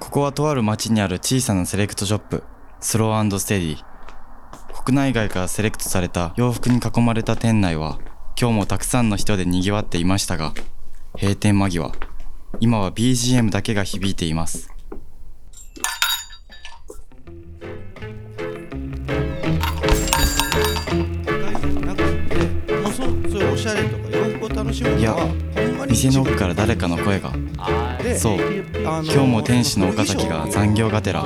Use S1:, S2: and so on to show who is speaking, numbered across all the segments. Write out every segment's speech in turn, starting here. S1: こはとある町にある小さなセレクトショップ、スローステディ。国内外からセレクトされた洋服に囲まれた店内は、今日もたくさんの人で賑わっていましたが、閉店間際、今は BGM だけが響いています。
S2: なんかってもうそうそういうおしゃれとか洋服を楽しむ
S1: い
S2: の
S1: や
S2: はほんまに
S1: 店の奥から誰かの声が、
S2: で
S1: そう、
S2: あの
S1: 今日も店主の岡崎が残業がてら、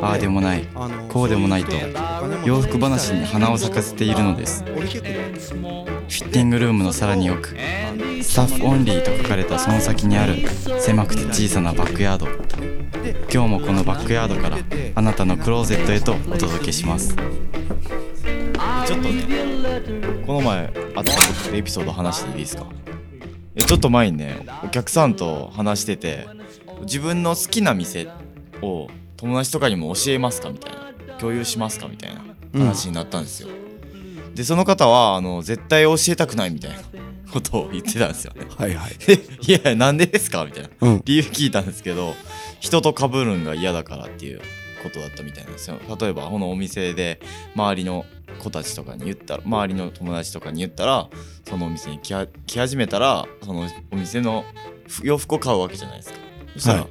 S1: ああでもない、
S2: あの
S1: こうでもないと
S2: そういう人お金持ち
S1: 洋服話に花を咲かせているのです。
S2: 俺結構ね
S1: フィッティングルームのさらに奥スタッフオンリーと書かれたその先にある狭くて小さなバックヤード今日もこのバックヤードからあなたのクローゼットへとお届けします
S3: ちょっとねこの前あったことエピソード話していいですかえちょっと前にねお客さんと話してて自分の好きな店を友達とかにも教えますかみたいな共有しますかみたいな話になったんですよ、でその方はあの絶対教えたくないみたいな ことを言ってたんですよね
S2: はいはい
S3: で いやいやなんでですかみたいな、
S2: うん
S3: 理由聞いたんですけど人と被るんが嫌だからっていうことだったみたいなんですよ例えばこのお店で周りの子たちとかに言ったら周りの友達とかに言ったらそのお店に来は来始めたらそのお店のふ洋服を買うわけじゃないですかそしたら、
S2: はい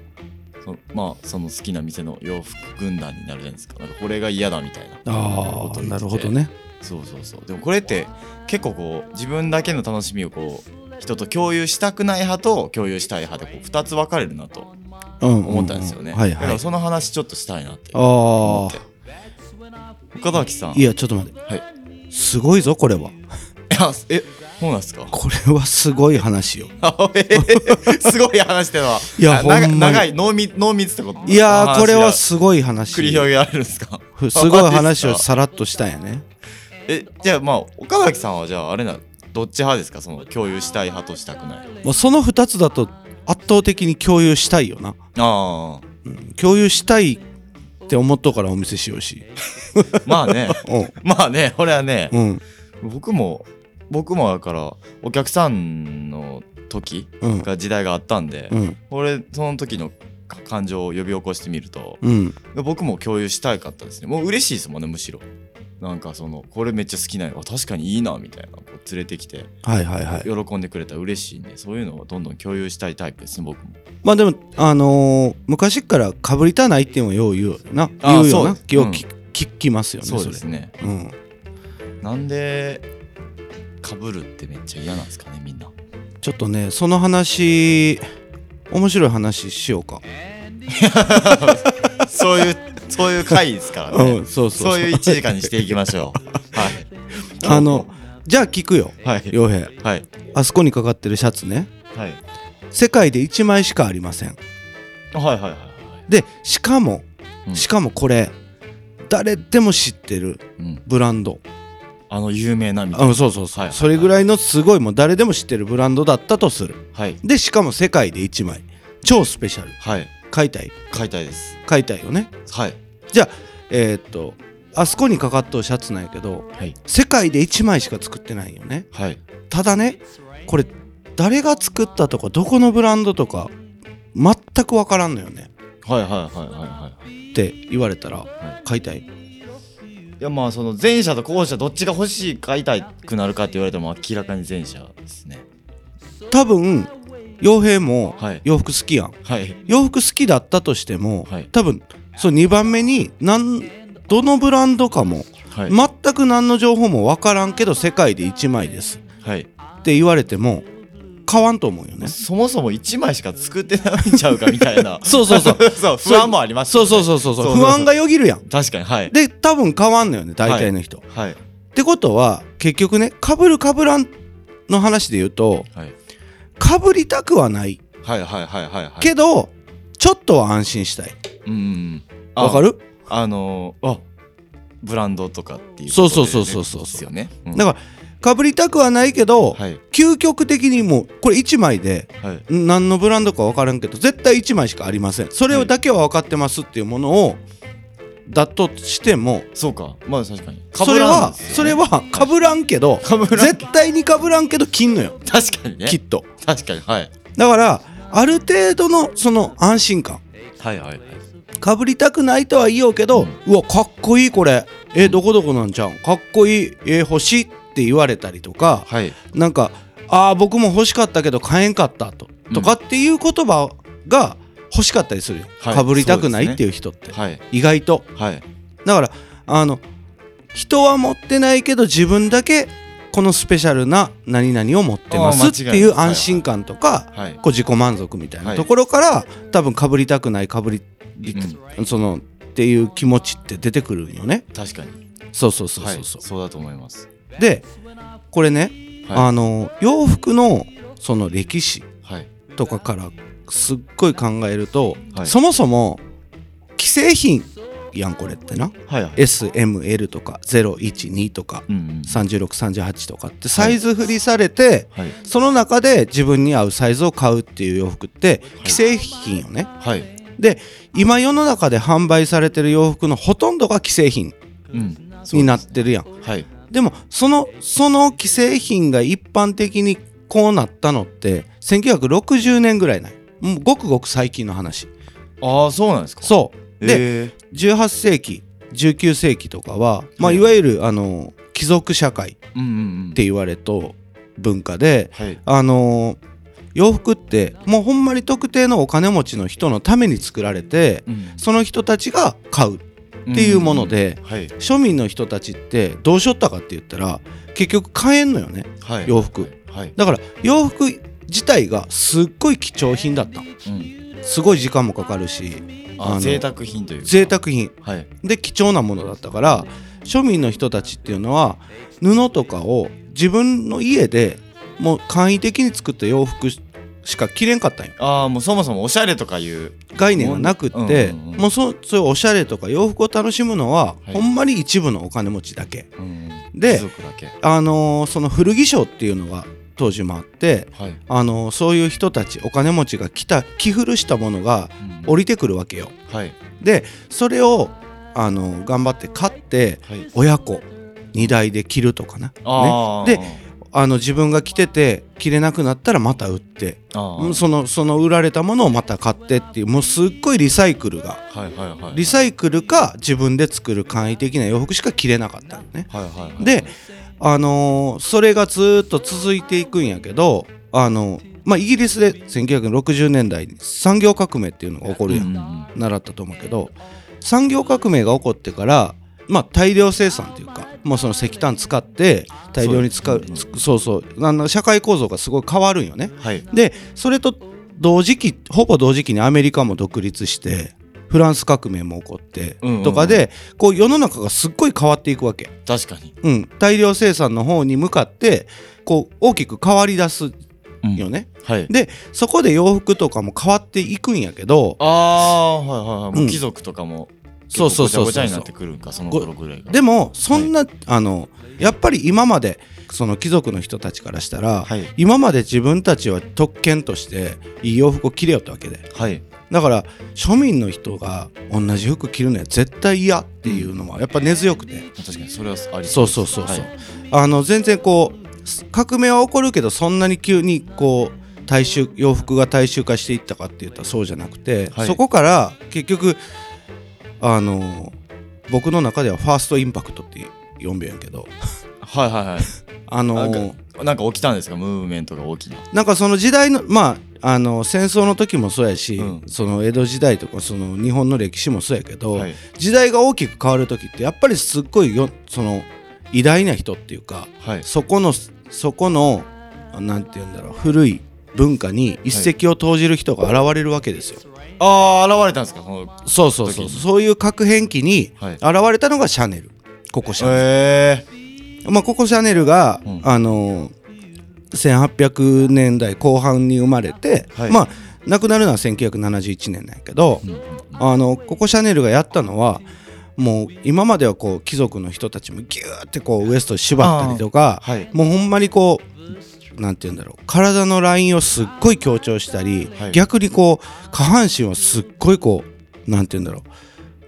S3: そのまあその好きな店の洋服軍団になるじゃないですかなんかこれが嫌だみたいな
S2: ああなるほどね
S3: そうそうそうでもこれって結構こう自分だけの楽しみをこう人と共有したくない派と共有したい派でこう2つ分かれるなと思
S2: 思
S3: ったんですよね、
S2: はい
S3: だか
S2: はい
S3: らその話ちょっとしたいなって
S2: あ
S3: 思って
S2: あ
S3: 岡崎さん
S2: いやちょっと待って
S3: はい
S2: すごいぞこれはい
S3: やえそうなんですか
S2: これはすごい話よ
S3: あえすごい話してのはい
S2: や
S3: あ
S2: ほんま
S3: 長
S2: に
S3: 長い濃密濃密ってこと
S2: いやーこれは
S3: 話
S2: すごい話
S3: が繰り広げられるんですか
S2: ふすごい
S3: マジです
S2: 話
S3: か
S2: をさらっとしたんやね
S3: えじゃ あまあ岡崎さんはじゃああれなどっち派ですかその共有したい派としたくない
S2: もうその2つだと圧倒的に共有したいよな
S3: ああ
S2: 共有したいって思っとうからお見せしようし
S3: まあね
S2: うん
S3: まあねこれはね、
S2: うん
S3: 僕も僕もだからお客さんの時
S2: うん
S3: が時代があったんで、
S2: うん
S3: 俺その時のか感情を呼び起こしてみると
S2: うん
S3: 僕も共有したいかったですねもう嬉しいですもんねむしろなんかそのこれめっちゃ好きなよあ確かにいいなみたいなこう連れてきて
S2: はいはいはい
S3: 喜んでくれたら嬉しいんでそういうのをどんどん共有したいタイプですね僕も
S2: まあでもあのー昔っからかぶりたないっていうのはよう言うよな
S3: あー
S2: 言う
S3: そう
S2: よなよ
S3: です
S2: く
S3: うん
S2: 聞聞きますよね
S3: そうで
S2: そ
S3: す
S2: れ
S3: ね
S2: うん
S3: なんでかぶるってめっちゃ嫌なんですかねみんな
S2: ちょっとねその話面白い話しようか
S3: そういうそういう回ですからね、
S2: うんそうそうそう
S3: そういう1時間にしていきましょ う。はい。
S2: あのじゃあ聞くよ
S3: はい。
S2: 洋平
S3: はい。
S2: あそこにかかってるシャツね
S3: はい。
S2: 世界で1枚しかありません
S3: はいはいはい。
S2: でしかも、
S3: うん
S2: しかもこれ誰でも知ってる
S3: うん。
S2: ブランド
S3: あの有名なみたい
S2: あ
S3: な。
S2: そうそうそう、
S3: はい
S2: それぐらいのすごいもう誰でも知ってるブランドだったとする
S3: はい。
S2: でしかも世界で1枚超スペシャル
S3: はい。
S2: 買いたい
S3: 買いたいです。
S2: 買いたいよね
S3: はい。
S2: じゃあえーっとあそこにかかっとうシャツなんやけど
S3: はい。
S2: 世界で1枚しか作ってないよね
S3: はい。
S2: ただねこれ誰が作ったとかどこのブランドとか全く分からんのよね
S3: はいはいはいはいはい。
S2: って言われたら買いたい
S3: いやまあその前者と後者どっちが欲しい買いたくなるかって言われても明らかに前者ですね。
S2: 多分洋平も
S3: はい
S2: 洋服好きやん、
S3: はい。
S2: 洋服好きだったとしても、
S3: はい
S2: 多分その2番目になんどのブランドかも、
S3: はい。
S2: 全く何の情報も分からんけど世界で1枚です
S3: はい。
S2: って言われても買わんと思うよね
S3: そもそも1枚しか作ってないんちゃうかみたいな。
S2: そうそうそう
S3: そう。不安もあります
S2: そ
S3: よ
S2: う
S3: ね
S2: そうそうそう
S3: そう
S2: そ
S3: そ
S2: う
S3: う
S2: 不安がよぎるやん
S3: 確かに。はい。
S2: で多分買わんのよね大体の人、
S3: はい。
S2: ってことは結局ねかぶるかぶらんの話で言うと
S3: はい。
S2: かぶりたくはない
S3: はいはいはいはいはい。
S2: けど、ちょっとは安心したい
S3: うんうんうん。
S2: わか
S3: る
S2: る
S3: あのあブランドとかっていう
S2: そうそうそうそうそう
S3: ですよね、うん
S2: だからかぶりたくはないけど、
S3: はい
S2: 究極的にもうこれ1枚で
S3: はい
S2: ん何のブランドか分からんけど絶対1枚しかありませんそれをだけは分かってますっていうものを、だとしても
S3: そうかまあ確かに
S2: それはそれ
S3: は
S2: はかぶらんけど
S3: 被らん
S2: 絶対にかぶらんけど金のよ
S3: 確かにね
S2: きっと
S3: 確かにはい
S2: だからある程度のその安心感
S3: はいはいはい
S2: かぶりたくないとは言おうけど、うわかっこいいこれえどこどこなんちゃうんかっこいいえ欲しいって言われたりとか
S3: はい
S2: なんかああ僕も欲しかったけど買えんかったと,、
S3: うん
S2: とかっていう言葉が欲しかったりするよ、
S3: はい
S2: かぶりたくないっていう人って、
S3: はい
S2: 意外と
S3: はい
S2: だからあの人は持ってないけど自分だけこのスペシャルな何々を持ってま
S3: あ
S2: す
S3: ー
S2: って
S3: 間違いない
S2: いう安心感とか、
S3: はい
S2: こう自己満足みたい
S3: は
S2: ないところから、多分かぶりたくないかぶり、そのっていう気持ちって出てくるんよね
S3: 確かに
S2: そうそうそう
S3: は
S2: そ
S3: いう
S2: そう、
S3: そうだと思います
S2: でこれね、
S3: は
S2: あの洋服のその歴史
S3: いはい
S2: とかからすっごい考えると、
S3: はい
S2: そもそも既製品やんこれってな
S3: はいはい
S2: SML とか012とか
S3: うんうん
S2: 3638とかってサイズ振りされて、
S3: はい
S2: その中で自分に合うサイズを買うっていう洋服って既製品よね、
S3: はい
S2: で今世の中で販売されてる洋服のほとんどが既製品
S3: うん
S2: になってるやんで,、
S3: はい
S2: もそのその既製品が一般的にこうなったのって1960年ぐらいないもうごくごく最近の話
S3: ああそうなんですか
S2: そうで、
S3: で
S2: 18世紀19世紀とかは、ま
S3: は
S2: あ、
S3: い
S2: いわゆるあの貴族社会っ
S3: うんうんうん
S2: て言われと文化で
S3: はい
S2: あのー洋服ってもうほんまに特定のお金持ちの人のために作られて
S3: うん
S2: その人たちが買うっていうもので、
S3: はい
S2: 庶民の人たちってどうしよったかって言ったら結局買えんのよね
S3: はい
S2: 洋服
S3: はい
S2: だから洋服自体がすっごい貴重品だったの
S3: うん
S2: すごい時間もかかるしあの
S3: あ贅沢品というか
S2: 贅沢品
S3: はい
S2: で貴重なものだったから庶民の人たちっていうのは布とかを自分の家でもう簡易的に作った洋服しか着れんかったんよ
S3: ああもうそもそもおしゃれとかいう
S2: 概念がなくって
S3: うんうんうん
S2: もうそそういうおしゃれとか洋服を楽しむのは、
S3: はい
S2: ほんまに一部のお金持ちだけ
S3: うん
S2: で
S3: 貴族だけ
S2: あのーその古着商っていうのが当時もあって、
S3: はい
S2: あのーそういう人たちお金持ちが来た着古したものが
S3: うん
S2: 降りてくるわけよ
S3: はい
S2: でそれを、あのー頑張って買って
S3: はい
S2: 親子2代で着るとかな、ね、
S3: ああ
S2: であの自分が着てて着れなくなったらまた売って
S3: あ
S2: うん
S3: ー
S2: そのその売られたものをまた買ってっていうもうすっごいリサイクルが
S3: はいはいはい
S2: リサイクルか自分で作る簡易的な洋服しか着れなかったのね。
S3: はいはいはい
S2: で、あのーそれがずーっと続いていくんやけど、あのーまあ、イギリスで1960年代に産業革命っていうのが起こるやん、
S3: うんうんうん
S2: 習ったと思うけど産業革命が起こってから、まあ、大量生産というかもうその石炭使って大量に使
S3: そ
S2: う
S3: うです
S2: つそうそうあの社会構造がすごい変わるんよね。
S3: はい
S2: でそれと同時期ほぼ同時期にアメリカも独立してフランス革命も起こって
S3: うんうんうん
S2: とかで、こう世の中がすっごい変わっていくわけ、
S3: 確かに
S2: うん、大量生産の方に向かってこう大きく変わり出す
S3: うん
S2: よね、
S3: はい
S2: でそこで洋服とかも変わっていくんやけど
S3: ああはいはいはいもう
S2: うん
S3: 貴族とかも
S2: そうそうそうそ
S3: 結構
S2: う
S3: ごちゃごちゃになってくるんかその頃ぐらいが
S2: でもそんな、あのやっぱり今までその貴族の人たちからしたら、
S3: はい
S2: 今まで自分たちは特権としていい洋服を着れよったわけで
S3: はい
S2: だから庶民の人が同じ服着るのは絶対嫌っていうのはやっぱ根強くて
S3: 確かにそれはあり
S2: そうそうそうそう、
S3: はい
S2: あの全然こう革命は起こるけどそんなに急にこう大衆洋服が大衆化していったかって言ったらそうじゃなくて、
S3: はい
S2: そこから結局あの僕の中ではファーストインパクトって呼んでんやけど
S3: はいはい はい
S2: あの
S3: なんかなんか起きたんですかムーブメントが大きな
S2: なんかその時代のまああの戦争の時もそうやし、
S3: うん
S2: その江戸時代とかその日本の歴史もそうやけど、
S3: はい
S2: 時代が大きく変わる時ってやっぱりすっごいよその偉大な人っていうか
S3: はい
S2: そこのそこのなんて言うんだろう古い文化に一石を投じる人が現れるわけですよ。
S3: ああ現れたんですかその
S2: そうそうそう
S3: 時に
S2: そういう核変期に
S3: はい
S2: 現れたのがシャネルココシャネル。
S3: え
S2: まあ、ココシャネルが、
S3: うん
S2: あの1800年代後半に生まれて、
S3: はい
S2: まあ亡くなるのは1971年なんやけど、あのココシャネルがやったのはもう今まではこう貴族の人たちもギューってこうウエスト縛ったりとか、
S3: ーはい
S2: もうほんまにこうなんて言うんだろう体のラインをすっごい強調したり、
S3: はい
S2: 逆にこう下半身をすっごいこうなんて言うんだろ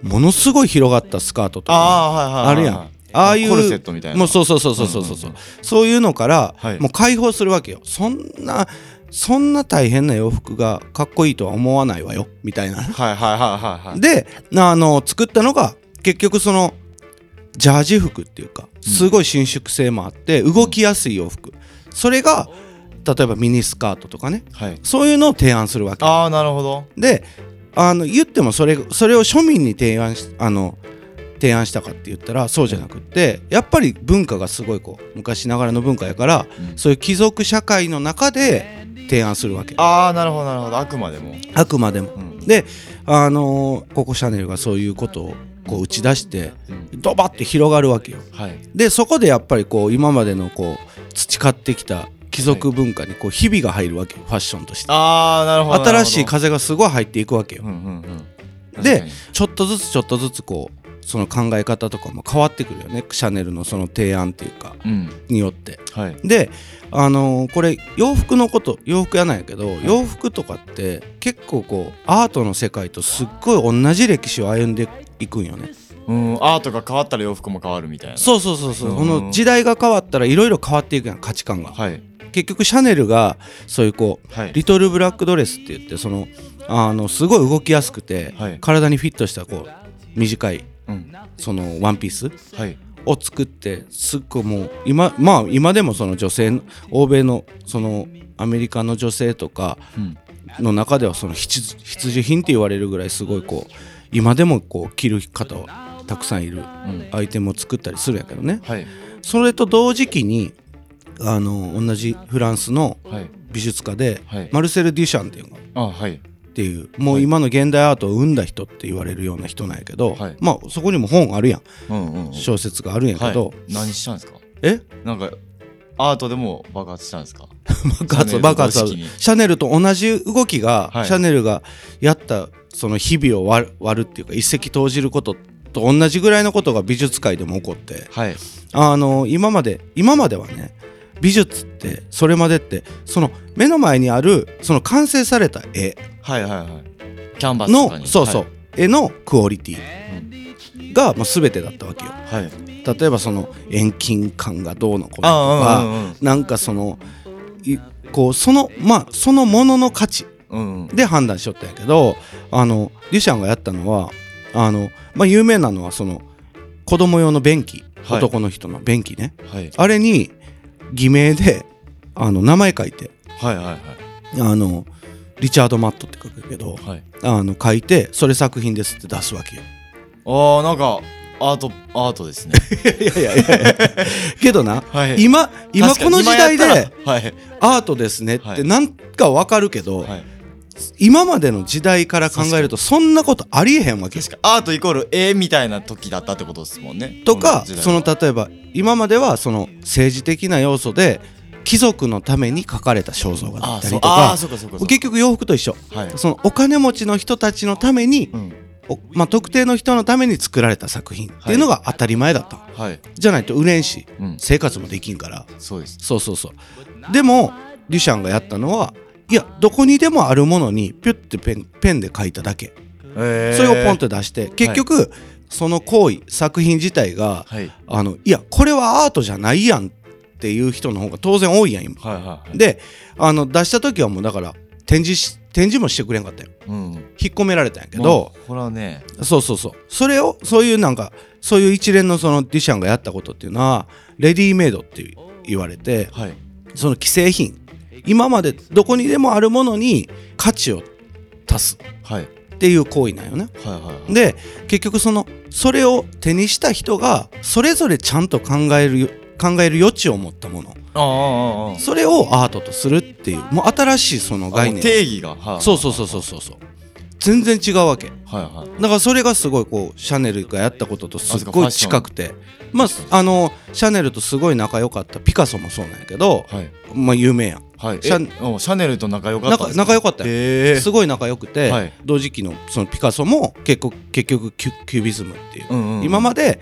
S2: うものすごい広がったスカートとか
S3: ああ
S2: あ
S3: はいはいは
S2: るや
S3: い
S2: んああいう
S3: コルセットみたいな
S2: もうそうそうそうそうそうそうそう,、
S3: うんうん
S2: そういうのから、
S3: はい
S2: もう解放するわけよそんなそんな大変な洋服がかっこいいとは思わないわよみたいな
S3: はいはいはいはいはい
S2: であの作ったのが結局そのジャージ服っていうかすごい伸縮性もあって動きやすい洋服それが例えばミニスカートとかね
S3: はい
S2: そういうのを提案するわけ
S3: ああなるほど
S2: であの言ってもそれそれを庶民に提案しあの提案したかって言ったらそうじゃなくってやっぱり文化がすごいこう昔ながらの文化やから、
S3: うん
S2: そういう貴族社会の中で提案するわけあ
S3: ああなるほどなるほどあくまでも
S2: くまでも
S3: うん
S2: であのーココシャネルがそういうことをこう打ち出して
S3: うん
S2: ドバッて広がるわけよ
S3: はい
S2: でそこでやっぱりこう今までのこう培ってきた貴族文化にこうひびが入るわけよファッションとして
S3: ああなるほどなるほど
S2: 新しい風がすごい入っていくわけよ
S3: うんうんうん
S2: で
S3: 確かに
S2: ちょっとずつちょっとずつこうその考え方とかも変わってくるよねシャネルのその提案っていうか
S3: うん
S2: によって
S3: はい
S2: であのーこれ洋服のこと洋服やないけど洋服とかって結構こうアートの世界とすっごい同じ歴史を歩んでいくんよね
S3: うんアートが変わったら洋服も変わるみたいな
S2: そうそうそうそう
S3: うん
S2: この時代が変わったらいろいろ変わっていくやん価値観が
S3: はい
S2: 結局シャネルがそういうこう
S3: はい
S2: リトルブラックドレスって言ってそのあのすごい動きやすくて、
S3: はい
S2: 体にフィットしたこう短い
S3: うん
S2: そのワンピース
S3: はい
S2: を作ってすっごいもう今まあ今でもその女性の欧米のそのアメリカの女性とか
S3: うん
S2: の中ではその必需必需品って言われるぐらいすごいこう今でもこう着る方はたくさんいる
S3: うん
S2: アイテムを作ったりするんやけどね
S3: はい
S2: それと同時期にあの同じフランスの
S3: はい
S2: 美術家で、
S3: はい
S2: マルセル・デュシャンっていうの
S3: あ
S2: が
S3: はい
S2: っていうもう今の現代アートを生んだ人って言われるような人なんやけど、
S3: はい
S2: まあそこにも本あるやん
S3: うんうんうん
S2: 小説があるんやけど、
S3: はい、何したんですか
S2: え
S3: なんかアートでも爆発したんですか
S2: 爆発爆発ある
S3: シャネルと同時期に
S2: シャネルと同じ動きが、
S3: はい
S2: シャネルがやったその日々を割る割るっていうか一石投じることと同じぐらいのことが美術界でも起こって
S3: はい
S2: あの今まで今まではね美術ってそれまでってその目の前にあるその完成された絵
S3: はいはいはいキャンバスとか
S2: の
S3: に
S2: そうそう、
S3: は
S2: 絵のクオリティがもう全てだったわけよ
S3: い、はい、
S2: 例えばその遠近感がどうのこうのと
S3: あうん
S2: かなんかそのいこうそのまあそのものの価値
S3: うんうんうん
S2: で判断しとったんやけどあのデュシャンがやったのはあの、まあ、有名なのはその子供用の便器
S3: はい
S2: 男の人の便器ね、
S3: はい
S2: あれに偽名であの名前書いて
S3: はいはいはい
S2: あのリチャード・マットって書くけど
S3: はい
S2: あの書いてそれ作品ですって出すわ けよ。
S3: あーなんかアートアートですね
S2: いやいやいやいやけどな、
S3: はい
S2: 今 今
S3: 確か
S2: こ
S3: に
S2: の時代
S3: 今や
S2: で
S3: ったらはい
S2: アートですねっ
S3: は
S2: て
S3: い
S2: なんかわかるけど、
S3: はい
S2: 今までの時代から考えるとそんなことありえへんわけ
S3: 確かアートイコール絵みたいな時だったってことですもんね
S2: とか
S3: こ時代
S2: その例えば今まではその政治的な要素で貴族のために書かれた肖像画だ
S3: あー
S2: った
S3: そ
S2: り
S3: う
S2: と
S3: あー
S2: か
S3: そうかそうかそうか
S2: 結局洋服と一緒、
S3: はい
S2: そのお金持ちの人たちのために、
S3: うん
S2: おまあ、特定の人のために作られた作品っていうのが当たり前だった、
S3: はい
S2: じゃないと売れんし
S3: うん
S2: 生活もできんから
S3: そうです
S2: そうそうそうでもデュシャンがやったのはいやどこにでもあるものにピュッてペンペンで書いただけ
S3: え
S2: それをポンと出して結局、その行為作品自体が、
S3: はい
S2: あのいやこれはアートじゃないやんっていう人の方が当然多いやん今
S3: はいはいはい
S2: であの出した時はもうだから展示し展示もしてくれんかったよ
S3: うんうん
S2: 引っ込められたんやけど、
S3: まあこれはね
S2: そうそうそうそれをそういうなんかそういう一連のそのデュシャンがやったことっていうのはレディメイドって言われて
S3: はい
S2: その既製品今までどこにでもあるものに価値を足す
S3: はい
S2: っていう行為なんよね
S3: はいはいはい
S2: で結局そのそれを手にした人がそれぞれちゃんと考える考える余地を持ったもの
S3: ああああああ
S2: それをアートとするっていうもう新しいその概
S3: あもう
S2: 念
S3: 定義がはい
S2: そうそうそうそうそうそう全然違うわけだ
S3: はいはい
S2: からそれがすごいこうシャネルがやったこととすっごい近くてまああのシャネルとすごい仲良かったピカソもそうなんやけど
S3: はい
S2: まあ有名やん
S3: はいえ
S2: シャ
S3: うんシャネルと仲良かったん
S2: 仲
S3: ですか
S2: 仲良かったよ
S3: ええ
S2: すごい仲良くて、
S3: はい
S2: 同時期のそのピカソも結構結局キュキュビズムっていう、
S3: うんうんうん
S2: 今まで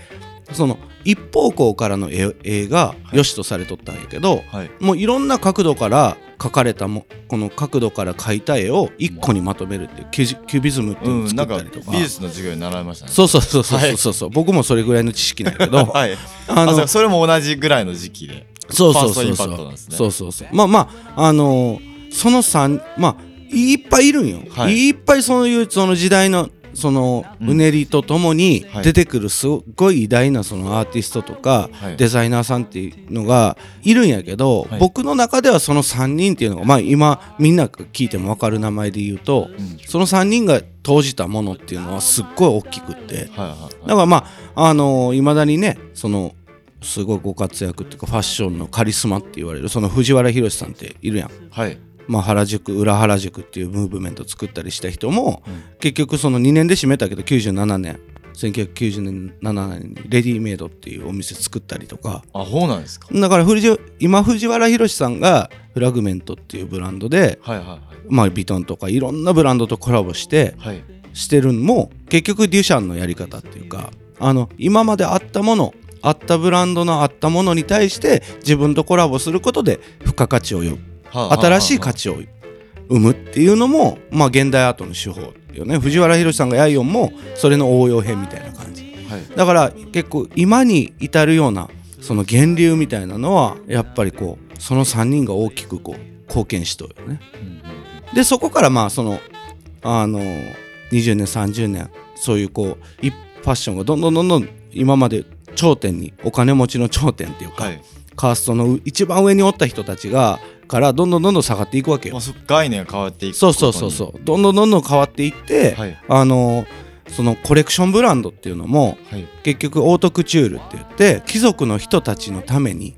S2: その一方向からの絵絵が良しとされとったんやけど、
S3: はい
S2: もういろんな角度から描かれたもこの角度から描いた絵を一個にまとめるっていうキュジキュビズムっていうの
S3: う
S2: を
S3: ん
S2: 作
S3: な
S2: っ
S3: んか
S2: たりとか,、
S3: 美術の授業に習いましたね
S2: そうそうそうそう
S3: はい
S2: そうそう、僕もそれぐらいの知識なんやけ ど
S3: はい
S2: あ
S3: あ
S2: の
S3: そうそれも同じぐらいの時期で
S2: そうそ
S3: ファー
S2: うそう
S3: ストインパク
S2: そ
S3: トなん
S2: う
S3: ですね
S2: そうそうそうまあまああのーその3まあいっぱいいるんよ、、
S3: はいい
S2: っぱいそういうその時代のその
S3: うん
S2: うねりとともに
S3: はい
S2: 出てくるすごい偉大なそのアーティストとか
S3: はい
S2: デザイナーさんっていうのがいるんやけど、
S3: はい
S2: 僕の中ではその3人っていうのがまあ今みんな聞いても分かる名前で言うと
S3: うん
S2: その3人が投じたものっていうのはすっごい大きくって
S3: はいはいはい
S2: だからまああのいまだにねそのすごいご活躍っていうかファッションのカリスマって言われるその藤原宏さんっているやん、
S3: はい
S2: まあ、原宿裏原宿っていうムーブメント作ったりした人も、
S3: うん
S2: 結局その2年で閉めたけど97年1997年にレディメイドっていうお店作ったりとか
S3: あそうなんですか
S2: だから藤今藤原宏さんがフラグメントっていうブランドで、
S3: はいはいは
S2: まあ、ビトンとかいろんなブランドとコラボして
S3: いはい
S2: してるのも結局デュシャンのやり方っていうかあの今まであったものあったブランドのあったものに対して自分とコラボすることで付加価値を呼ぶ
S3: はあはあ
S2: 新しい価値を生むっていうのも、まあ、現代アートの手法っていうね藤原宏さんが「ヤイオン」もそれの応用編みたいな感じ
S3: はい
S2: だから結構今に至るようなその源流みたいなのはやっぱりこうその3人が大きくこう貢献しとるよね。
S3: うん
S2: でそこからまあそのあの20年30年そういうこういファッションがどんどんどんどん今まで頂点にお金持ちの頂点っていうか、
S3: はい
S2: カーストのう一番上におった人たちがからどんどんどんどん下がっていくわけ
S3: ま
S2: よ
S3: あ。そ概念が変わっていく
S2: そうそうそうそううどんどんどんどん変わっていって、
S3: はい
S2: あのそのコレクションブランドっていうのも
S3: はい
S2: 結局オートクチュールって言って貴族の人たちのために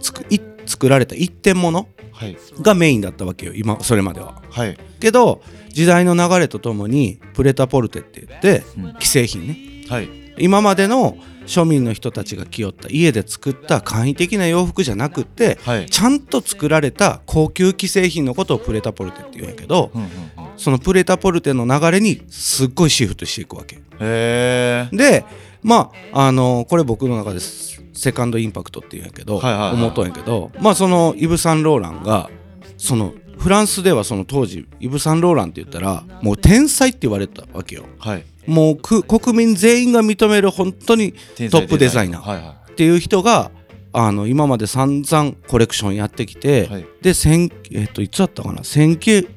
S2: つくい作られた一点物
S3: はい
S2: がメインだったわけよ今それまでは。
S3: はい
S2: けど時代の流れとともにプレタポルテって言って
S3: うん
S2: 既製品ね
S3: はい
S2: 今までの庶民の人たちが着よった家で作った簡易的な洋服じゃなくって
S3: はい
S2: ちゃんと作られた高級既製品のことをプレタポルテって言うんやけど
S3: うんうんうん
S2: そのプレタポルテの流れにすっごいシフトしていくわけ
S3: へえ
S2: でまああのこれ僕の中ですセカンドインパクトっていうんやけど、
S3: はいはいはい
S2: 思うとんやけどまあそのイブ・サンローランがそのフランスではその当時イブ・サンローランって言ったらもう天才って言われてたわけよ
S3: はい
S2: もうく国民全員が認める本当に
S3: 天
S2: ト
S3: 才
S2: ップデザイナー
S3: はいは
S2: っていう人があの今まで散々コレクションやってきて、
S3: いはい
S2: で千えっといつだったかな19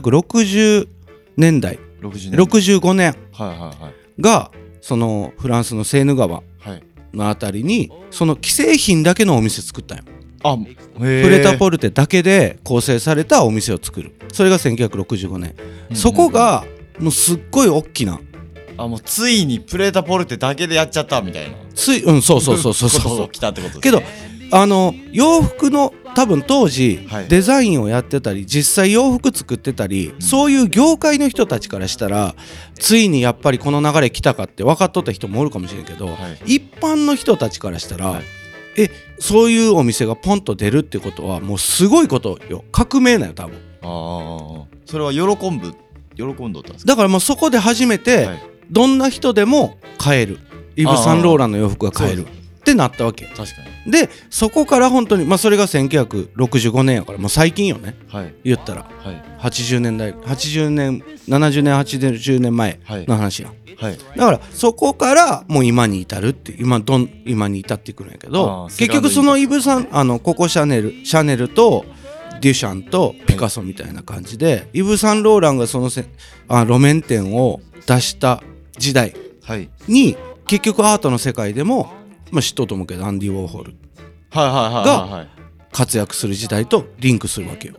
S2: 1960年代
S3: 60年
S2: 65年
S3: はいは
S2: がそのフランスのセーヌ川
S3: いはいはい
S2: のあたりにその既製品だけのお店作ったんよ、
S3: あへえ
S2: プレタポルテだけで構成されたお店を作るそれが1965年、そこがもうすっごい大きな
S3: あもうついにプレタポルテだけでやっちゃったみたいな
S2: ついうんそうそうそう そうそう
S3: ことが起きたってこと
S2: け
S3: ですね
S2: どあの洋服の多分当時、
S3: はい
S2: デザインをやってたり実際洋服作ってたり、そういう業界の人たちからしたらついにやっぱりこの流れ来たかって分かっとった人もおるかもしれんけど、
S3: は
S2: 一般の人たちからしたら、
S3: はい
S2: えそういうお店がポンと出るってことはもうすごいことよ革命なんよ多分
S3: ああそれは喜ぶ喜んどったんですか
S2: だからもうそこで初めて、
S3: はい
S2: どんな人でも買えるイブ・サンローランの洋服が買える
S3: あー
S2: ってなったわけ
S3: 確かに
S2: でそこから本当にまあそれが1965年やからもう最近よね
S3: はい
S2: 言ったら
S3: はい
S2: 80年代80年70年80年前の話やん、
S3: はい
S2: だからそこからもう今に至るって今どん今に至ってくるんやけど
S3: あー
S2: 結局
S3: セ
S2: そ
S3: カン
S2: の
S3: ド
S2: イブさんあのココシャネルシャネルとデュシャンとピカソみたいな感じで、イブ・サンローランがそのせあ路面店を出した時代
S3: はい
S2: に結局アートの世界でも、まあ、知っとうと思うけどアンディ・ウォーホル
S3: はいはいはいはいはい
S2: 活躍する時代とリンクするわけよ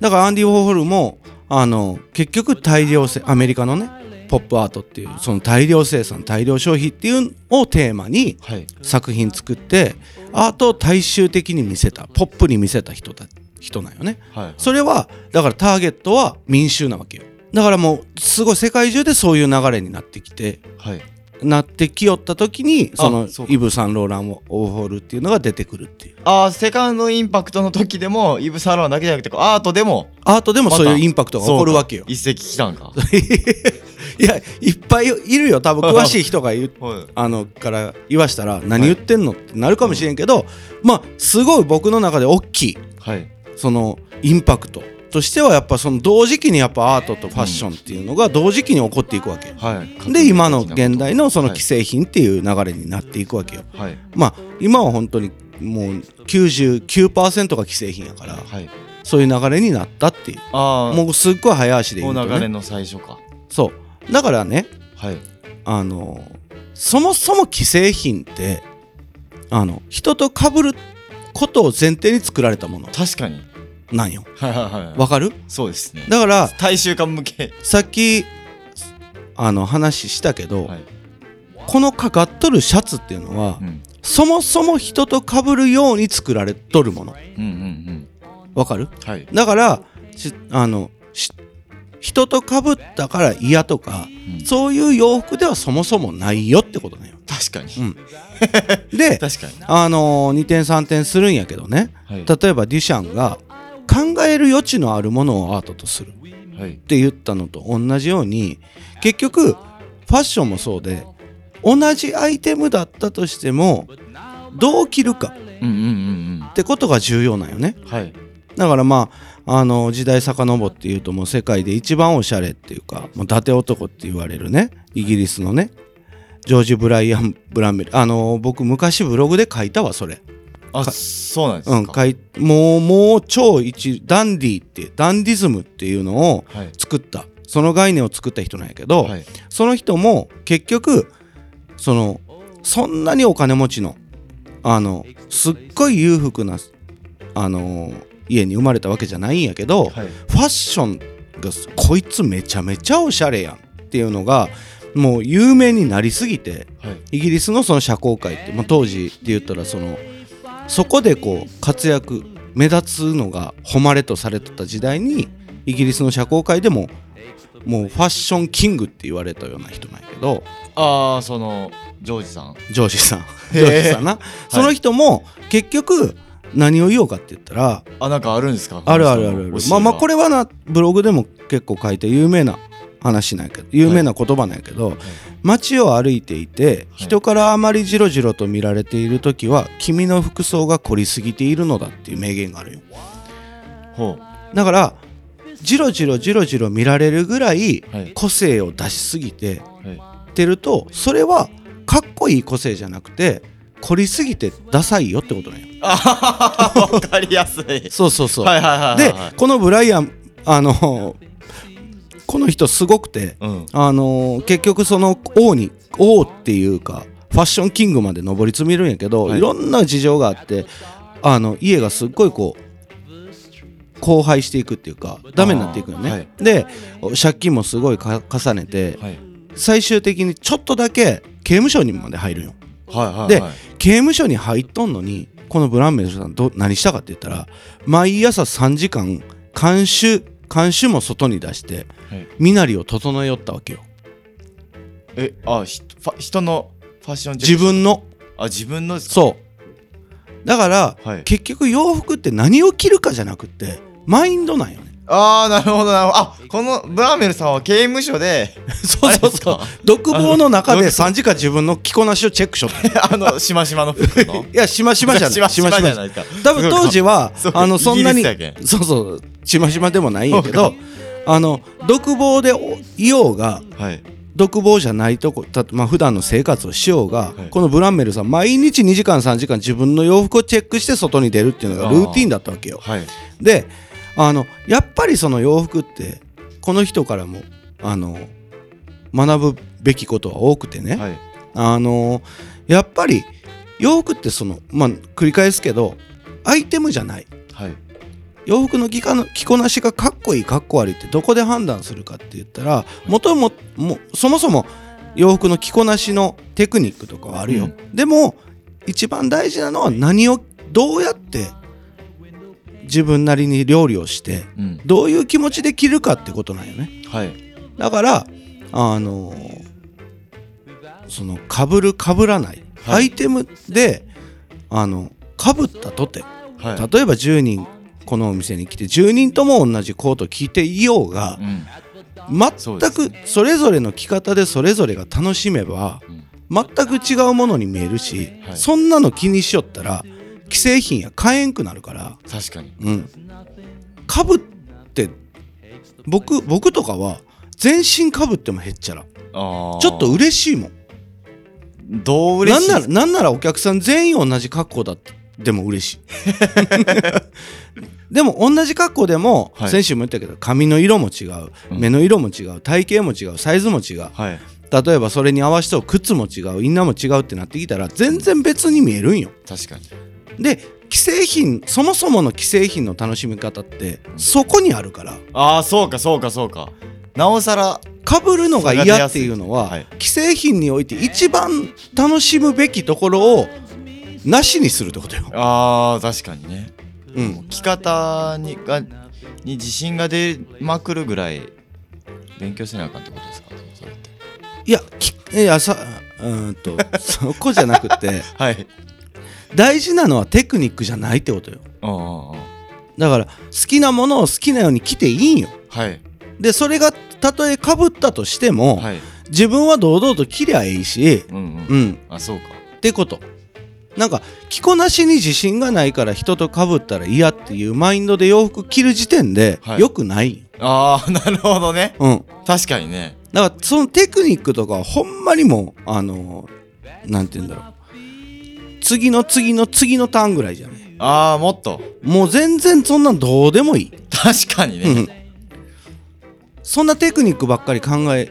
S2: だからアンディ・ウォーホルもあの結局大量生アメリカのねポップアートっていうその大量生産大量消費っていうのをテーマに
S3: はい
S2: 作品作ってアートを大衆的に見せたポップに見せた人だ人なんよね
S3: はい
S2: それはだからターゲットは民衆なわけよだからもうすごい世界中でそういう流れになってきて
S3: はい
S2: なってきよった時にその
S3: あそうか
S2: イブ・サンローラン・をオーホールっていうのが出てくるっていう
S3: ああセカンドインパクトの時でもイブ・サロンだけじゃなくてアートでも
S2: アートでもそういうインパクトが起こ
S3: そ
S2: る
S3: うか
S2: わけよ
S3: 一石来たんか
S2: いやいっぱいいるよ多分詳しい人が言う
S3: はい
S2: あのから言わしたら何言ってんのってなるかもしれんけど、まあすごい僕の中で大きい
S3: はい
S2: そのインパクトとしてはやっぱその同時期にやっぱアートとファッションっていうのが同時期に起こっていくわけ、
S3: はい
S2: で今の現代のその
S3: はい
S2: 既製品っていう流れになっていくわけよ
S3: はい
S2: まあ今は本当にもう99%が既製品やから
S3: はい
S2: そういう流れになったっていう
S3: ああも
S2: もうすっごい早足で言うと、
S3: う
S2: ね、
S3: 流れの最初か
S2: そうだからね
S3: はい
S2: あのそもそも既製品ってあの人と被ることを前提に作られたもの
S3: 確かに
S2: なんよ
S3: はいはいはい
S2: わかる
S3: そうですね
S2: だから
S3: 大衆化向け
S2: さっきあの話したけど、
S3: はい
S2: このかかっとるシャツっていうのは、
S3: うん
S2: そもそも人と被るように作られとるもの
S3: うんうんうん
S2: わかる
S3: はい
S2: だからしあのし人と被ったから嫌とか、
S3: うん
S2: そういう洋服ではそもそもないよってことだよ
S3: 確かに
S2: で
S3: 確かに
S2: あのー、2点3点するんやけどね
S3: はい
S2: 例えばデュシャンが考える余地のあるものをアートとするっ
S3: はい
S2: て言ったのと同じように結局ファッションもそうで同じアイテムだったとしてもどう着るか
S3: うんうんうん
S2: ってことが重要なんよね
S3: うんはい
S2: だからまああの時代遡っていうともう世界で一番おしゃれっていうかもう伊達男って言われるねイギリスのねジョージ・ブライアン・ブランベルあの僕昔ブログで書いたわそれ
S3: あそうなんです
S2: うん、
S3: か
S2: かいもうもう超一ダンディってダンディズムっていうのを
S3: はい
S2: 作ったその概念を作った人なんやけど、
S3: はい
S2: その人も結局そのそんなにお金持ちのあのすっごい裕福なあの家に生まれたわけじゃないんやけど、
S3: はい
S2: ファッションがこいつめちゃめちゃおしゃれやんっていうのがもう有名になりすぎて
S3: はい
S2: イギリスのその社交界って、まあ、当時で言ったらそのそこでこう活躍目立つのが誉れとされてた時代にイギリスの社交界でももうファッションキングって言われたような人なんやけど
S3: ああそのジョージさん
S2: ジョージさん
S3: へ
S2: ジ
S3: え
S2: ョージさんな、その人も結局何を言おうかって言ったら
S3: あなんかあるんですか
S2: あるあるあるあるまあまあこ
S3: れ
S2: れはなブログでも結構書いて有名な話なんやけど有名な言葉なんやけど、街を歩いていて人からあまりジロジロと見られている時は君の服装が凝りすぎているのだっていう名言があるよ
S3: ほう
S2: だからジロジロジロジロ見られるぐらい
S3: はい
S2: 個性を出しすぎて
S3: は
S2: ってるとそれはかっこいい個性じゃなくて凝りすぎてダサいよってことなんよ
S3: いあーわかりや すいはい
S2: そうそうそう
S3: はいはいはい
S2: で
S3: はい
S2: このブライアンあのこの人すごくて
S3: うん
S2: あの結局その王に王っていうかファッションキングまで上り詰めるんやけど、
S3: はい
S2: い、ろんな事情があってあの家がすっごいこう荒廃していくっていうかダメになっていくよね、
S3: はい
S2: で借金もすごいか重ねて
S3: はい
S2: 最終的にちょっとだけ刑務所にまで入るんよ
S3: はいはい
S2: で
S3: はい
S2: 刑務所に入っとんのにこのブランメルさんど何したかって言ったら毎朝3時間監修監修も外に出して
S3: はい
S2: 身なりを整えよったわけよ
S3: えあひファ人のファッション
S2: 自分の
S3: あ自分のですか
S2: そうだから、
S3: はい
S2: 結局洋服って何を着るかじゃなくってマインドなんよね
S3: ああなるほどなるほどあこのブラーメルさんは刑務所で
S2: そうそうそう
S3: あれです
S2: 独房の中
S3: あ
S2: で
S3: の
S2: 3時間自分の着こなしをチェックしよ った
S3: あのしましまの服の
S2: いやし ましまじゃない
S3: しま しまじゃ
S2: し
S3: ないか
S2: 多分当時は
S3: そう
S2: あのそんなに
S3: イギリスやけ
S2: そうそうしましまでもないんやけ
S3: そう
S2: どあの独房でおいようが
S3: はい
S2: 独房じゃないとこたまあ普段の生活をしようが、
S3: はい
S2: このブランメルさん毎日2時間3時間自分の洋服をチェックして外に出るっていうのがルーティンだったわけよ
S3: はい
S2: であのやっぱりその洋服ってこの人からもあの学ぶべきことは多くてね、
S3: はい
S2: あのやっぱり洋服ってそのまあ繰り返すけどアイテムじゃない
S3: はい
S2: 洋服の着かの着こなしがかっこいいかっこ悪いってどこで判断するかって言ったら元ももそもそも洋服の着こなしのテクニックとかはあるよ、でも一番大事なのは何をどうやって自分なりに料理をして
S3: うん
S2: どういう気持ちで着るかってことなんよね
S3: はい
S2: だからあのそのかぶるかぶらない、
S3: はい
S2: アイテムであのかぶったとて
S3: はい
S2: 例えば10人このお店に来て10人とも同じコート着ていようが
S3: うんそ
S2: 全
S3: うで
S2: くそれぞれの着方でそれぞれが楽しめば
S3: うん
S2: 全く違うものに見えるし
S3: はい
S2: そんなの気にしよったら既製品や買えんくなるから
S3: 確かに
S2: うんかぶって僕僕とかは全身かぶってもへっちゃら
S3: ああ
S2: ちょっと嬉しいもん
S3: どう
S2: な
S3: 嬉し
S2: ん
S3: い
S2: ならなんならお客さん全員同じ格好だったでも 嬉しいでも同じ格好でも、
S3: はい
S2: 先週も言ったけど髪の色も違う
S3: うん
S2: 目の色も違う体型も違うサイズも違う
S3: はい
S2: 例えばそれに合わせと靴も違うインナーも違うってなってきたら全然別に見えるんよ
S3: 確かに
S2: で既製品そもそもの既製品の楽しみ方ってそこにあるから
S3: ああそうかそうかそうかなおさら
S2: 被るのが嫌っていうのは、
S3: はい
S2: 既製品において一番楽しむべきところをなしにするってことよ。
S3: あー確かにね
S2: うん、
S3: 着方にがに自信が出まくるぐらい勉強せなあかんってことですかでもそれって
S2: いやきいやさうーんとそこじゃなく て
S3: はい
S2: 大事なのはテクニックじゃないってことよ。
S3: うんうんうん
S2: だから好きなものを好きなように着ていいんよ。
S3: はい
S2: でそれがたとえ被ったとしても、
S3: はい
S2: 自分は堂々と着りゃいいし、
S3: うんうん
S2: うん、
S3: あそうか
S2: ってことなんか着こなしに自信がないから人と被ったら嫌っていうマインドで洋服着る時点で、
S3: はい
S2: よくない
S3: ああ なるほどね
S2: うん
S3: 確かにね
S2: だからそのテクニックとかはほんまにもうあのーなんて言うんだろう次の次の次のターンぐらいじゃない
S3: ああもっと
S2: もう全然そんなんどうでもいい、
S3: 確かに
S2: う
S3: ね、
S2: ん、そんなテクニックばっかり考え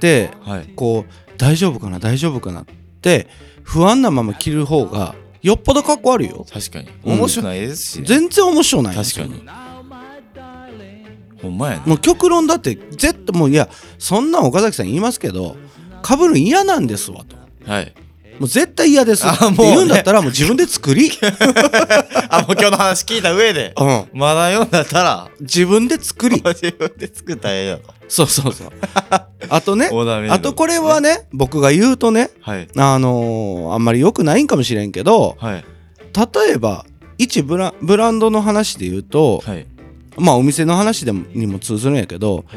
S2: て
S3: はい
S2: こう大丈夫かな大丈夫かなって不安なまま着る方がよっぽどかっこ悪いよ
S3: 確かに
S2: うん
S3: 面白いですし、ね
S2: 全然面白ない
S3: 確かにほんまやね
S2: もう極論だって絶対もういやそんなん岡崎さん言いますけどかぶるん嫌なんですわと
S3: はい
S2: もう絶対嫌ですって
S3: あもうね
S2: 言うんだったらもう自分で 作り、
S3: あもう今日の話聞いた上で
S2: うん、
S3: まだ読んだったら
S2: 自分で作り
S3: 自分で作ったらええやろ
S2: そうそ うそうあとね
S3: オーダーメイド
S2: あとこれはね僕が言うとね
S3: はい
S2: あのーあんまり良くないんかもしれんけど
S3: はい
S2: 例えば一ブラブランドの話で言うと、
S3: はい
S2: まあお店の話でもにも通ずるんやけど
S3: はい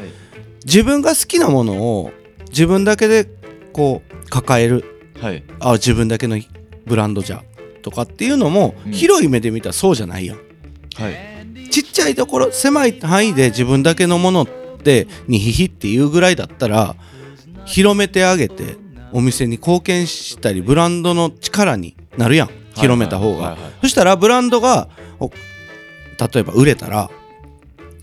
S2: 自分が好きなものを自分だけでこう抱える
S3: はい
S2: あ自分だけのブランドじゃとかっていうのも、
S3: うん
S2: 広い目で見たらそうじゃないやん
S3: はい
S2: ちっちゃいところ狭い範囲で自分だけのものってにひひっていうぐらいだったら広めてあげてお店に貢献したりブランドの力になるやん広めた方
S3: はい
S2: が
S3: はいはい
S2: そしたらブランドがお例えば売れたら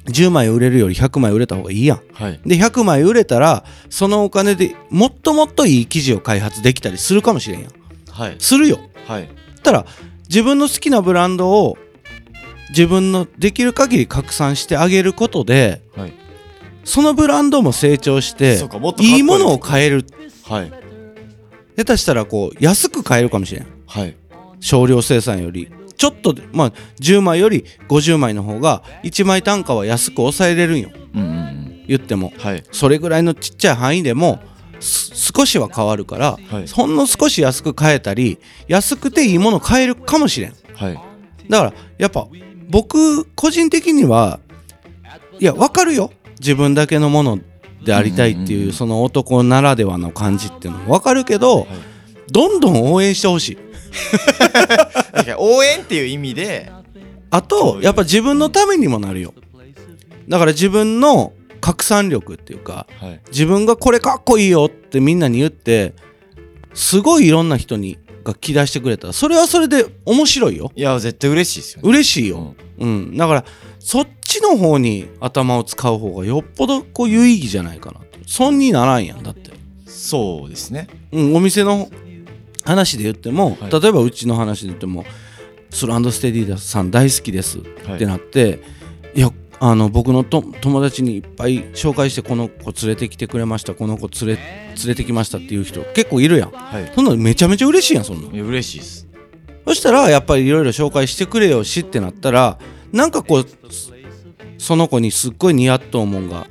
S2: 10枚売れるより100枚売れた方がいいやん
S3: はい
S2: で100枚売れたらそのお金でもっともっといい生地を開発できたりするかもしれんやん
S3: はい
S2: するよ
S3: はい
S2: ったら自分の好きなブランドを自分のできる限り拡散してあげることで
S3: はい
S2: そのブランドも成長して
S3: そうかもっとかっこいい
S2: いいものを買える
S3: はい
S2: 下手したらこう安く買えるかもしれん
S3: はい
S2: 少量生産よりちょっとまあ10枚より50枚の方が1枚単価は安く抑えれるんよ
S3: うんうんうん
S2: 言っても
S3: はい
S2: それぐらいのちっちゃい範囲でもす少しは変わるから、
S3: はい
S2: ほんの少し安く買えたり安くていいもの買えるかもしれん
S3: はい
S2: だからやっぱ僕個人的にはいや分かるよ自分だけのものでありたいって
S3: うんうん
S2: いううその男ならではの感じっていうのも分かるけど、どんどん応援してほしい
S3: なんか応援っていう 意味で
S2: あ
S3: そう
S2: と
S3: いう
S2: やっぱ自分のためにもなるよだから自分の拡散力っていうか
S3: はい
S2: 自分がこれかっこいいよってみんなに言ってすごいいろんな人にが聞き出してくれたらそれはそれで面白いよ
S3: いや絶対嬉しいですよね
S2: 嬉しいよ、うん、だからそっちの方に頭を使う方がよっぽどこう有意義じゃないかなと損にならんやんだって、
S3: そうですね
S2: うん、お店の話で言っても、
S3: はい
S2: 例えばうちの話で言っても「スランドステディさん大好きです」ってなって、い、やあの僕のと友達にいっぱい紹介してこの子連れてきてくれましたこの子連れ連れてきましたっていう人結構いるやん
S3: はい
S2: そんなのめちゃめちゃ嬉しいやんそんなん
S3: いや嬉しいです
S2: そしたらやっぱりいろいろ紹介してくれよしってなったらなんかこうその子にすっごい似合っとうもんが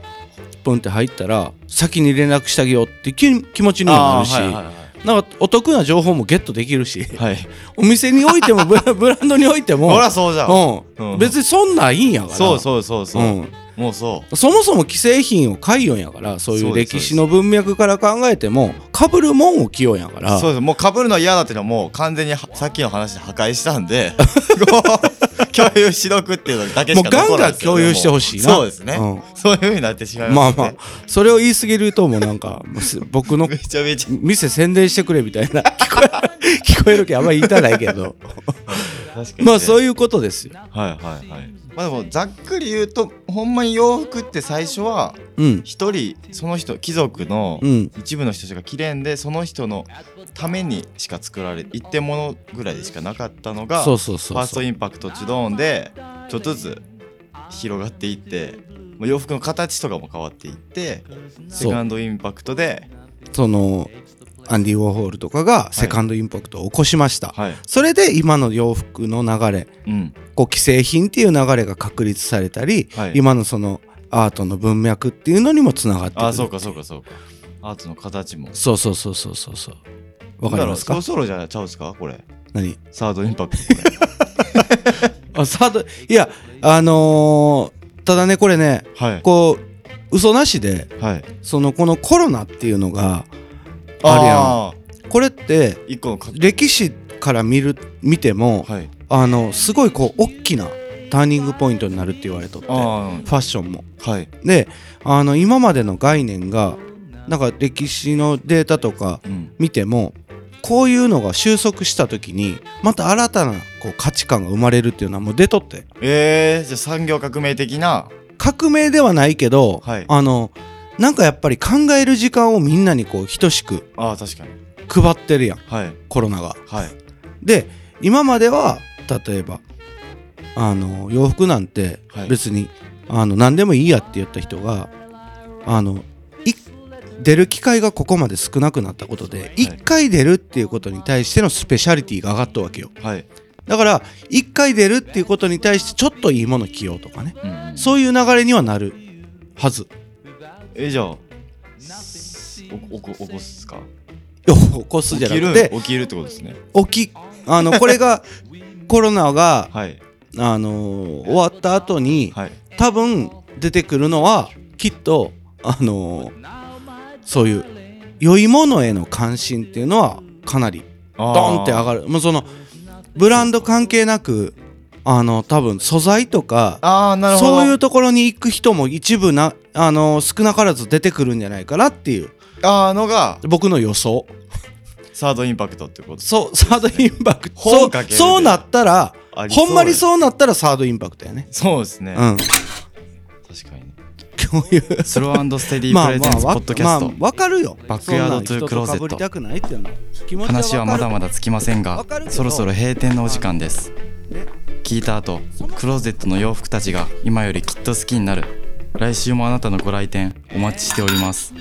S2: ポンって入ったら先に連絡してあげようって気気持ちにもなるし、
S3: あーはいはいはい
S2: なんかお得な情報もゲットできるし
S3: はい
S2: お店においてもブラブランドにおいても
S3: ほらそうじゃん
S2: うん
S3: うん
S2: 別にそんなんいいんやから
S3: そうそうそうそう、
S2: うん
S3: もうそう
S2: そもそも既製品を買いよんやからそうい
S3: そう
S2: う
S3: です
S2: 歴史の文脈から考えてもかぶるもんを着ようんやから
S3: そうですもう被るの嫌だっていうのはもう完全にはさっきの話で破壊したん でこう共有しとくっていうのだけしか残らないですよ
S2: もう
S3: ね
S2: ガンガン共有してほしいな
S3: もうそうですね、
S2: う
S3: そういうふうになってしまい
S2: ま
S3: ま
S2: あ
S3: すね
S2: まあそれを言い過ぎるともうなんかもうす僕の
S3: めちゃめちゃ
S2: 店宣伝してくれみたいな聞こえ聞こえるけどあんまり言いたないけど
S3: 確かに、ね、
S2: まあそういうことですよ。
S3: はいはいはいまあでもざっくり言うとほんまに洋服って最初は
S2: うん
S3: 一人その人貴族の
S2: うん
S3: 一部の人しか着れんでその人のためにしか作られ一点ものぐらいでしかなかったのが
S2: そうそうそ
S3: ファ
S2: う
S3: ース
S2: そ
S3: ト
S2: う
S3: インパクトチュドーンでちょっとずつ広がっていってもう洋服の形とかも変わっていってセカンドインパクトで
S2: そのアンディ・ウォーホールとかがセカンドインパクトを起こしました、
S3: はい
S2: それで今の洋服の流れ
S3: うん
S2: こう既製品っていう流れが確立されたり、
S3: はい
S2: 今のそのアートの文脈っていうのにもつながってくる
S3: あそうかそうかそうかアートの形も
S2: そうそうそうそうそうそうわかります
S3: だ
S2: から
S3: そろそろじゃちゃうっすかこれ
S2: 何
S3: サードインパクトこれ
S2: あサードいやあのーただねこれね
S3: はい
S2: こう嘘なしで
S3: はい
S2: そのこのコロナっていうのが
S3: る
S2: あ
S3: や
S2: るやんこれって
S3: ん一個のか
S2: 歴史から見る見ても、
S3: はい
S2: あのすごいこう大きなターニングポイントになるって言われとってファ
S3: あ
S2: ッションも。
S3: あはい
S2: であの今までの概念がなんか歴史のデータとか
S3: うん
S2: 見てもこういうのが収束した時にまた新たなこう価値観が生まれるっていうのはもう出とって
S3: えー、じゃあ産業革命的な
S2: 革命ではないけど、
S3: はい
S2: あのなんかやっぱり考える時間をみんなにこう等しく
S3: ああ確かに
S2: 配ってるやん
S3: はい
S2: コロナが。
S3: はい
S2: で今までは例えばあの洋服なんて
S3: はい
S2: 別に、あの何でもいいやって言った人があのい出る機会がここまで少なくなったことで1回出るっていうことに対してのスペシャリティが上がったわけよ
S3: はい
S2: だから1回出るっていうことに対してちょっといいもの着ようとかね
S3: うんうん
S2: そういう流れにはなるはず
S3: えじゃあすおおこ起こすっすか
S2: いや起こす
S3: 起
S2: じゃな
S3: き
S2: く
S3: る
S2: て
S3: 起きるってことですね
S2: 起き あのこれがコロナが、
S3: はい
S2: あの終わった後に、
S3: はい
S2: 多分出てくるのはきっとあのーそういう良いものへの関心っていうのはかなり
S3: ド
S2: ドンって上
S3: る
S2: がるもうそのブランド関係なくあの多分素材とか
S3: あーなるほど
S2: そういうところに行く人も一部なあのー少なからず出てくるんじゃないかなっていう
S3: あーのが
S2: 僕の予想
S3: サードインパクトってこと
S2: そうサードインパクト
S3: 本
S2: そう
S3: かけるで
S2: そうなったら
S3: ありそう
S2: ほんまにそうなったらサードインパクトやね
S3: そうですね、
S2: うん
S3: 確かにね
S2: 共有
S1: スローステディ
S2: ま
S1: ー
S2: あ
S1: プレゼンツポッドキャスト
S2: まあ、わかるよ
S1: バックヤードトゥークローゼッ
S2: そんなん
S1: ト
S2: 人と被りたくないっていうの気持ち
S1: 話はまだま
S2: だ
S1: だつきませんが
S2: わかるけど
S1: そろそろ閉店のお時間です
S2: ね
S1: 聞いた後クローゼットの洋服たちが今よりきっと好きになる来週もあなたのご来店お待ちしております